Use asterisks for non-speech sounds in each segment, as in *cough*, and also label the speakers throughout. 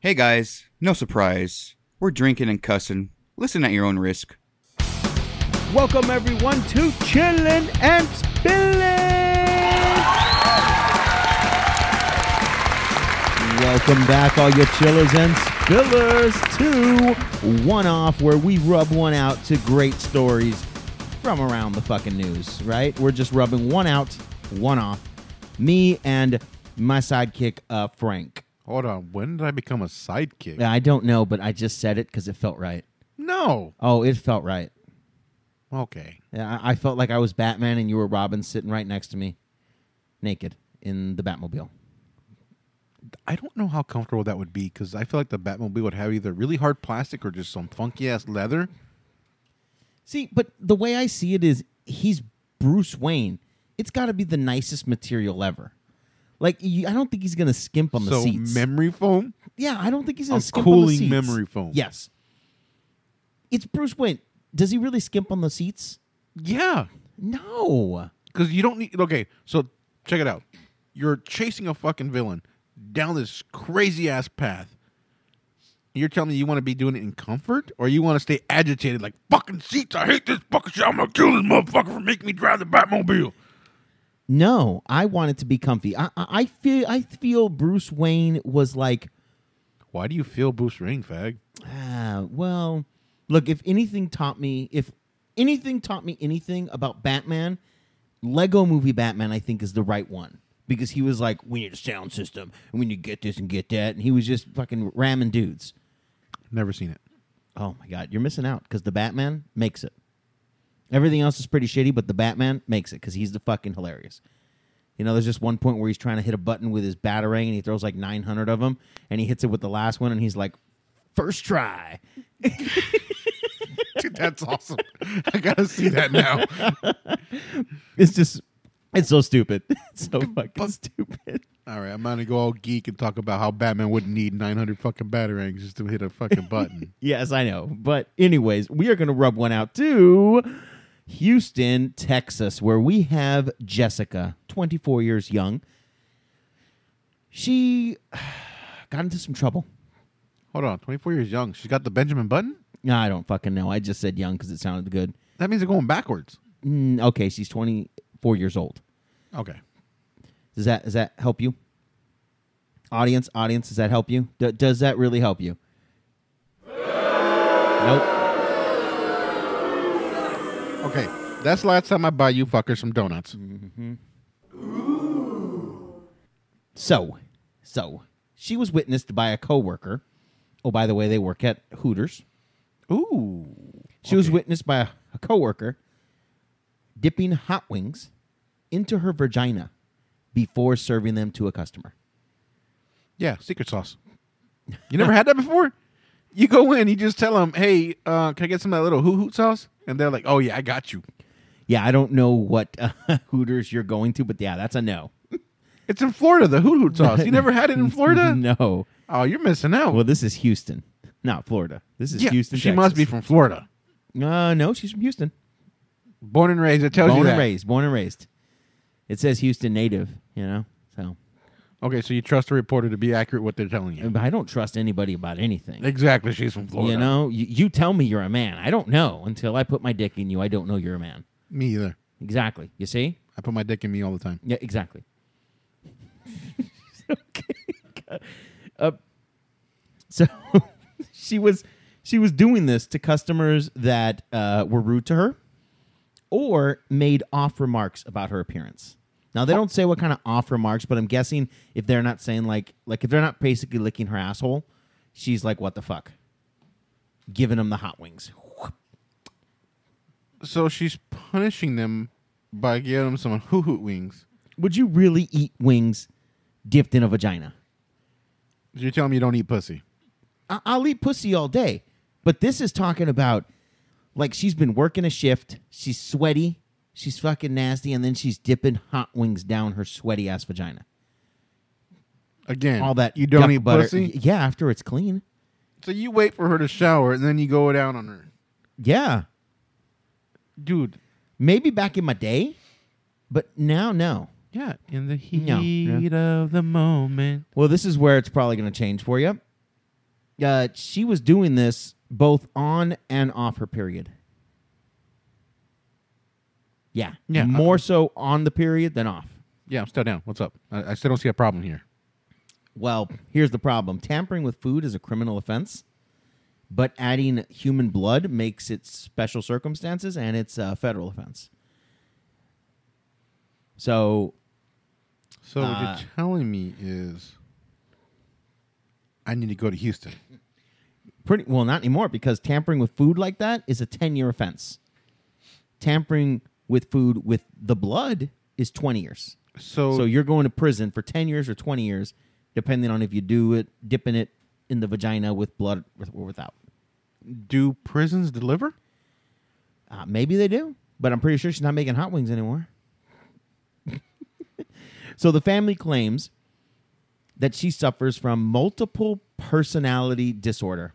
Speaker 1: Hey guys, no surprise. We're drinking and cussing. Listen at your own risk.
Speaker 2: Welcome everyone to Chillin' and Spillin'. Welcome back, all you chillers and spillers, to One Off, where we rub one out to great stories from around the fucking news. Right? We're just rubbing one out, one off. Me and my sidekick, uh, Frank.
Speaker 3: Hold on. When did I become a sidekick?
Speaker 2: I don't know, but I just said it because it felt right.
Speaker 3: No.
Speaker 2: Oh, it felt right.
Speaker 3: Okay.
Speaker 2: Yeah, I, I felt like I was Batman and you were Robin sitting right next to me, naked in the Batmobile.
Speaker 3: I don't know how comfortable that would be because I feel like the Batmobile would have either really hard plastic or just some funky ass leather.
Speaker 2: See, but the way I see it is he's Bruce Wayne. It's got to be the nicest material ever. Like you, I don't think he's gonna skimp on the
Speaker 3: so
Speaker 2: seats.
Speaker 3: memory foam.
Speaker 2: yeah, I don't think he's gonna
Speaker 3: I'm
Speaker 2: skimp on the
Speaker 3: cooling
Speaker 2: seats.
Speaker 3: memory foam.
Speaker 2: Yes, it's Bruce Wayne. Does he really skimp on the seats?
Speaker 3: Yeah.
Speaker 2: No.
Speaker 3: Because you don't need. Okay. So check it out. You're chasing a fucking villain down this crazy ass path. You're telling me you want to be doing it in comfort, or you want to stay agitated like fucking seats? I hate this fucking shit. I'm gonna kill this motherfucker for making me drive the Batmobile.
Speaker 2: No, I want it to be comfy. I, I, I feel I feel Bruce Wayne was like
Speaker 3: Why do you feel Bruce Ring, fag?
Speaker 2: Ah, well, look, if anything taught me, if anything taught me anything about Batman, Lego movie Batman, I think, is the right one. Because he was like, we need a sound system, and we need to get this and get that. And he was just fucking ramming dudes.
Speaker 3: Never seen it.
Speaker 2: Oh my God, you're missing out because the Batman makes it. Everything else is pretty shitty, but the Batman makes it because he's the fucking hilarious. You know, there's just one point where he's trying to hit a button with his batarang and he throws like 900 of them and he hits it with the last one and he's like, first try.
Speaker 3: Dude, *laughs* that's awesome. I gotta see that now.
Speaker 2: It's just, it's so stupid. *laughs* It's so fucking stupid.
Speaker 3: All right, I'm gonna go all geek and talk about how Batman wouldn't need 900 fucking batarangs just to hit a fucking button.
Speaker 2: Yes, I know. But, anyways, we are going to rub one out to Houston, Texas, where we have Jessica, 24 years young. She *sighs* got into some trouble.
Speaker 3: Hold on, 24 years young. She's got the Benjamin Button.
Speaker 2: No, I don't fucking know. I just said young because it sounded good.
Speaker 3: That means they're going backwards.
Speaker 2: Mm, okay, she's 24 years old.
Speaker 3: Okay.
Speaker 2: Does that does that help you? Audience, audience, does that help you? D- does that really help you? Nope.
Speaker 3: Okay. That's the last time I buy you fuckers some donuts.
Speaker 2: So, so she was witnessed by a coworker. Oh, by the way, they work at Hooters.
Speaker 3: Ooh.
Speaker 2: She was witnessed by a, a coworker dipping hot wings into her vagina before serving them to a customer.
Speaker 3: Yeah, secret sauce. You never had that before? You go in, you just tell them, hey, uh, can I get some of that little hoo hoot sauce? And they're like, oh, yeah, I got you.
Speaker 2: Yeah, I don't know what uh, *laughs* Hooters you're going to, but yeah, that's a no.
Speaker 3: It's in Florida, the hoo hoot sauce. You never had it in
Speaker 2: *laughs*
Speaker 3: Florida?
Speaker 2: No.
Speaker 3: Oh, you're missing out.
Speaker 2: Well, this is Houston, not Florida. This is
Speaker 3: yeah,
Speaker 2: Houston.
Speaker 3: she must be
Speaker 2: Texas.
Speaker 3: from Florida.
Speaker 2: Uh, no, she's from Houston.
Speaker 3: Born and raised. It tells you
Speaker 2: Born
Speaker 3: that.
Speaker 2: and raised. Born and raised. It says Houston native. You know, so
Speaker 3: Okay, so you trust a reporter to be accurate what they're telling you.
Speaker 2: But I don't trust anybody about anything.
Speaker 3: Exactly. She's from Florida.
Speaker 2: You know, you, you tell me you're a man. I don't know until I put my dick in you. I don't know you're a man.
Speaker 3: Me either.
Speaker 2: Exactly. You see?
Speaker 3: I put my dick in me all the time.
Speaker 2: Yeah, exactly. *laughs* okay. Uh, so *laughs* she was she was doing this to customers that uh, were rude to her or made off remarks about her appearance. Now they don't say what kind of off remarks, but I'm guessing if they're not saying like like if they're not basically licking her asshole, she's like, "What the fuck?" Giving them the hot wings.
Speaker 3: So she's punishing them by giving them some hoo hoot wings.
Speaker 2: Would you really eat wings dipped in a vagina?
Speaker 3: You're telling me you don't eat pussy.
Speaker 2: I- I'll eat pussy all day. But this is talking about like she's been working a shift. She's sweaty. She's fucking nasty. And then she's dipping hot wings down her sweaty ass vagina.
Speaker 3: Again,
Speaker 2: All that
Speaker 3: you don't
Speaker 2: duck
Speaker 3: eat
Speaker 2: butter. Y-
Speaker 3: pussy.
Speaker 2: Yeah, after it's clean.
Speaker 3: So you wait for her to shower and then you go down on her.
Speaker 2: Yeah.
Speaker 3: Dude.
Speaker 2: Maybe back in my day, but now, no.
Speaker 3: Yeah, in the heat
Speaker 2: No, yeah.
Speaker 3: of the moment.
Speaker 2: Well, this is where it's probably going to change for you. uh, she was doing this both on and off her period. Yeah,
Speaker 3: Yeah, I-
Speaker 2: more so on the period than off.
Speaker 3: Yeah, I'm still down. What's up? I, I still don't see a problem here.
Speaker 2: Well, here's the problem: tampering with food is a criminal offense, but adding human blood makes it special circumstances, and it's a federal offense. So
Speaker 3: So what
Speaker 2: Uh,
Speaker 3: you're telling me is I need to go to Houston.
Speaker 2: pretty well not anymore because tampering with food like that is a 10 year offense tampering with food with the blood is 20 years
Speaker 3: So,
Speaker 2: so you're going to prison for 10 years or 20 years depending on if you do it dipping it in the vagina with blood with- or without
Speaker 3: do prisons deliver?
Speaker 2: uh, maybe they do but i'm pretty sure she's not making hot wings anymore *laughs* so the family claims that she suffers from multiple personality disorder.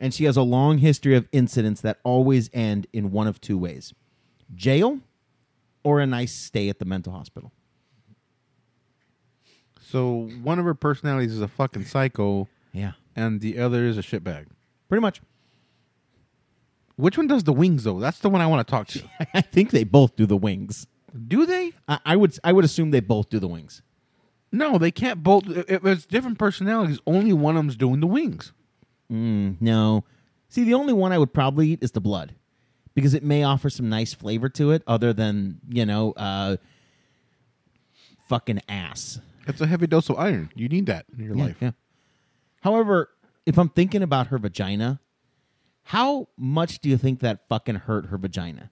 Speaker 2: And she has a long history of incidents that always end in one of two ways jail or a nice stay at the mental hospital.
Speaker 3: So one of her personalities is a fucking psycho,
Speaker 2: Yeah.
Speaker 3: and the other is a shitbag.
Speaker 2: Pretty much. *laughs*
Speaker 3: Which one does the wings though? That's the one I want to talk to.
Speaker 2: I think they both do the wings.
Speaker 3: *laughs* do they?
Speaker 2: I, I would I would assume they both do the wings.
Speaker 3: No, they can't both. If if it's different personalities, only one of them's doing the wings.
Speaker 2: Mm, no. See, the only one I would probably eat is the blood because it may offer some nice flavor to it other than, you know, uh, fucking ass.
Speaker 3: It's a heavy dose of iron. You need that in your
Speaker 2: Yeah,
Speaker 3: life.
Speaker 2: yeah. However, if I'm thinking about her vagina, how much do you think that fucking hurt her vagina?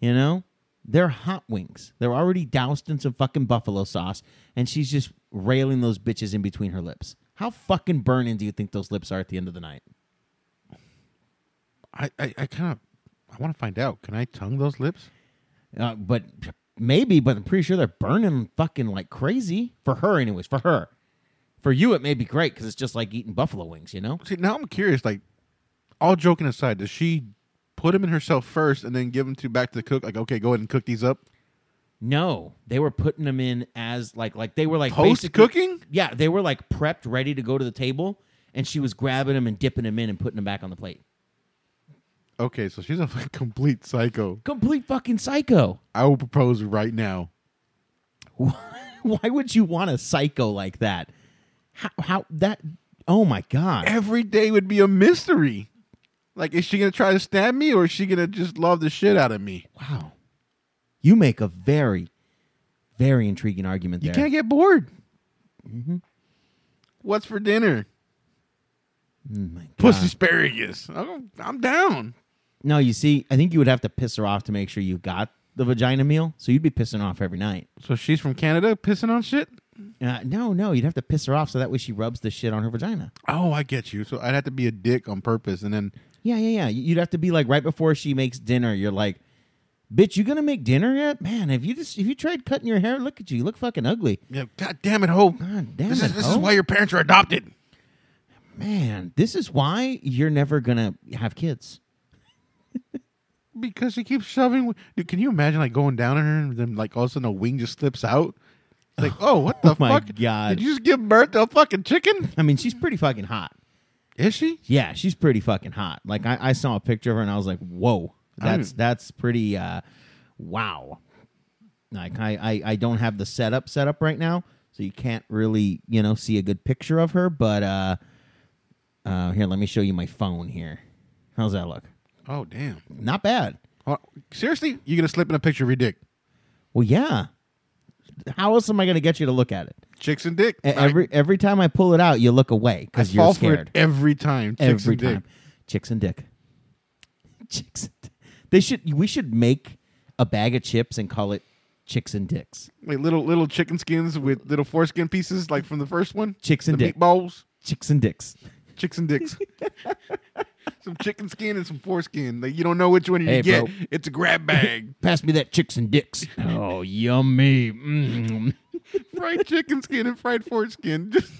Speaker 2: You know? They're hot wings. They're already doused in some fucking buffalo sauce, and she's just railing those bitches in between her lips. How fucking burning do you think those lips are at the end of the night?
Speaker 3: I, I, I kind of, I want to find out. Can I tongue those lips?
Speaker 2: Uh, but maybe, but I'm pretty sure they're burning fucking like crazy for her, anyways. For her, for you, it may be great because it's just like eating buffalo wings, you know.
Speaker 3: See, now I'm curious. Like, all joking aside, does she put them in herself first and then give them to back to the cook? Like, okay, go ahead and cook these up.
Speaker 2: No, they were putting them in as like like they were like
Speaker 3: Post
Speaker 2: basically-
Speaker 3: cooking?
Speaker 2: Yeah, they were like prepped, ready to go to the table, and she was grabbing them and dipping them in and putting them back on the plate.
Speaker 3: Okay, so she's a *laughs* complete psycho.
Speaker 2: Complete fucking psycho. *laughs*
Speaker 3: I will propose right now.
Speaker 2: Why would you want a psycho like that? How, how that? Oh my god.
Speaker 3: Every day would be a mystery. Like, is she gonna try to stab me, or is she gonna just love the shit out of me?
Speaker 2: Wow. You make a very, very intriguing argument
Speaker 3: You
Speaker 2: there.
Speaker 3: can't get bored. Mm-hmm. What's for dinner?
Speaker 2: Mm, my
Speaker 3: Pussy
Speaker 2: God.
Speaker 3: asparagus. I'm, I'm down.
Speaker 2: No, you see, I think you would have to piss her off to make sure you got the vagina meal. So you'd be pissing off every night.
Speaker 3: So she's from Canada, pissing on shit.
Speaker 2: Uh, no, no, you'd have to piss her off so that way she rubs the shit on her vagina.
Speaker 3: Oh, I get you. So I'd have to be a dick on purpose, and then
Speaker 2: Yeah, yeah, yeah. You'd have to be like right before she makes dinner. You're like, bitch, you gonna make dinner yet? Man, have you just if you tried cutting your hair? Look at you, you look fucking ugly.
Speaker 3: yeah, God damn it, Hope.
Speaker 2: God damn
Speaker 3: this
Speaker 2: it,
Speaker 3: is this is
Speaker 2: hoe.
Speaker 3: why your parents are adopted.
Speaker 2: Man, this is why you're never gonna have kids.
Speaker 3: Because she keeps shoving. Dude, can you imagine like going down on her and then like all of a sudden a wing just slips out? It's like, oh, *laughs* what the
Speaker 2: my
Speaker 3: fuck?
Speaker 2: God.
Speaker 3: Did you just give birth to a fucking chicken?
Speaker 2: I mean, she's pretty fucking hot.
Speaker 3: Is she?
Speaker 2: Yeah, she's pretty fucking hot. Like I, I saw a picture of her and I was like, whoa, that's
Speaker 3: Mm.
Speaker 2: that's pretty uh wow. Like I, I I don't have the setup set up right now, so you can't really, you know, see a good picture of her, but uh uh here, let me show you my phone here. How's that look?
Speaker 3: Oh, damn.
Speaker 2: Not bad.
Speaker 3: Oh, seriously, you're gonna slip in a picture of your dick,
Speaker 2: Well, yeah. How else am I going to get you to look at it?
Speaker 3: chicks and dick.
Speaker 2: E- Every every time I pull it out, you look away
Speaker 3: I, I
Speaker 2: cuz
Speaker 3: fall
Speaker 2: you're
Speaker 3: for
Speaker 2: scared.
Speaker 3: it every time. Chicks
Speaker 2: every
Speaker 3: and dick.
Speaker 2: time. Chicks and dick. *laughs* Chicks. And dick. They should. We should make a bag of chips and call it chicks and dicks.
Speaker 3: like little little chicken skins with little foreskin pieces, like from the first one.
Speaker 2: Chicks and
Speaker 3: the
Speaker 2: dick.
Speaker 3: meatballs,
Speaker 2: Chicks and dicks.
Speaker 3: chicks
Speaker 2: *laughs*
Speaker 3: and dicks. some chicken skin and some foreskin. Like you don't know which one you
Speaker 2: Hey,
Speaker 3: get.
Speaker 2: bro.
Speaker 3: It's a grab bag.
Speaker 2: Pass me that chicks and
Speaker 3: *laughs*
Speaker 2: dicks. oh, yummy. Mm.
Speaker 3: fried chicken skin and fried foreskin. *laughs* Just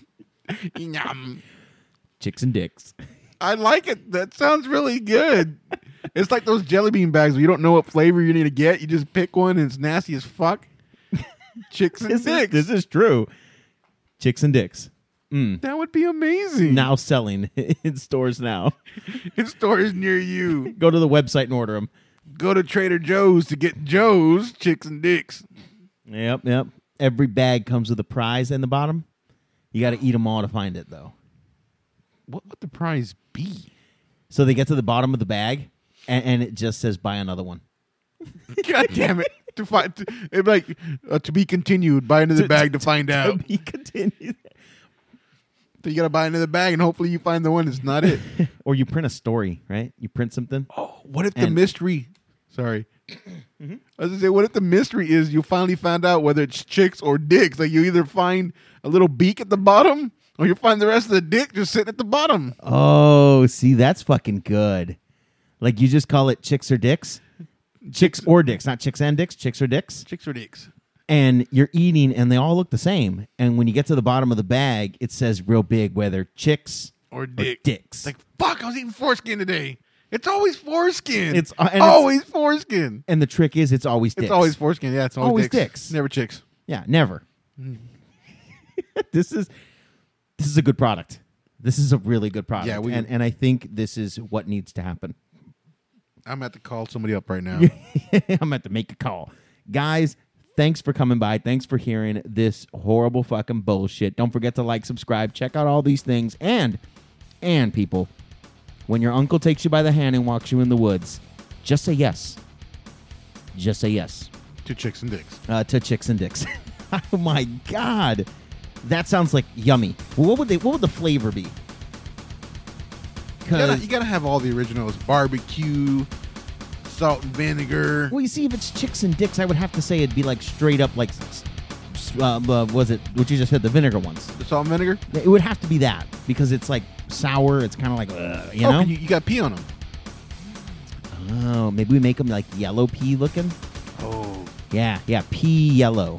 Speaker 3: yum.
Speaker 2: Chicks and dicks.
Speaker 3: I like it. That sounds really good. It's like those jelly bean bags where you don't know what flavor you need to get. You just pick one and it's nasty as fuck. *laughs* Chicks and
Speaker 2: This is,
Speaker 3: dicks.
Speaker 2: this is true. Chicks and dicks.
Speaker 3: That would be amazing.
Speaker 2: Now selling *laughs* in stores now.
Speaker 3: In stores near you.
Speaker 2: Go to the website and order them.
Speaker 3: Go to Trader Joe's to get Joe's chicks and dicks.
Speaker 2: Yep, yep. Every bag comes with a prize in the bottom. You got to eat them all to find it, though.
Speaker 3: What would the prize be?
Speaker 2: So they get to the bottom of the bag, and, and it just says buy another one.
Speaker 3: God damn it! To find, to, it'd be like uh, to be continued. Buy another bag to, find out.
Speaker 2: *laughs* He continues.
Speaker 3: So you gotta buy another bag, and hopefully you find the one that's not it.
Speaker 2: Or you print a story, right? You print something.
Speaker 3: *laughs* oh, what if the
Speaker 2: And-
Speaker 3: mystery? Sorry, Mm-hmm. I was gonna say, what if the mystery is you finally found out whether it's chicks or dicks? Like you either find a little beak at the bottom, or you find the rest of the dick just sitting at the bottom.
Speaker 2: Oh, see, that's fucking good. Like you just call it chicks or dicks, chicks or dicks, not chicks and dicks, chicks or dicks.
Speaker 3: Chicks or dicks?
Speaker 2: And you're eating, and they all look the same. And when you get to the bottom of the bag, it says real big whether chicks
Speaker 3: Or dick?
Speaker 2: dicks.
Speaker 3: It's like fuck, I was eating foreskin today. It's always foreskin.
Speaker 2: It's- uh, and it's-
Speaker 3: always foreskin.
Speaker 2: and the trick is, it's always dicks.
Speaker 3: It's always foreskin. Yeah, it's always,
Speaker 2: Always
Speaker 3: dicks.
Speaker 2: dicks.
Speaker 3: Never chicks.
Speaker 2: Yeah, never.
Speaker 3: Mm.
Speaker 2: *laughs* this is this is a good product. This is a really good product.
Speaker 3: Yeah, we-
Speaker 2: and, and I think this is what needs to happen. *laughs*
Speaker 3: I'm about to call somebody up right now.
Speaker 2: I'm about to make a call. Guys, thanks for coming by. Thanks for hearing this horrible fucking bullshit. Don't forget to like, subscribe, check out all these things. And, and people, when your uncle takes you by the hand and walks you in the woods, just say yes. Just say yes
Speaker 3: Two chicks and dicks.
Speaker 2: uh, to chicks and dicks. *laughs* oh my god, that sounds like yummy. Well, what would they? What would the flavor be?
Speaker 3: You gotta,
Speaker 2: Because
Speaker 3: you gotta have all the originals: barbecue, salt and vinegar.
Speaker 2: well, you see, if it's chicks and dicks, I would have to say it'd be like straight up like. s- s- Uh, uh, was it what you just said? The vinegar ones.
Speaker 3: The salt and vinegar.
Speaker 2: It would have to be that because it's like sour. It's kind of like uh, you
Speaker 3: Oh,
Speaker 2: know.
Speaker 3: you, you got pee on them.
Speaker 2: oh, maybe we make them like yellow pea looking.
Speaker 3: Oh,
Speaker 2: Yeah, yeah, pea yellow,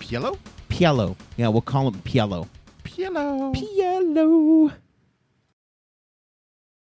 Speaker 3: piello,
Speaker 2: piello. Yeah, we'll call them piello.
Speaker 3: piello.
Speaker 2: Piello.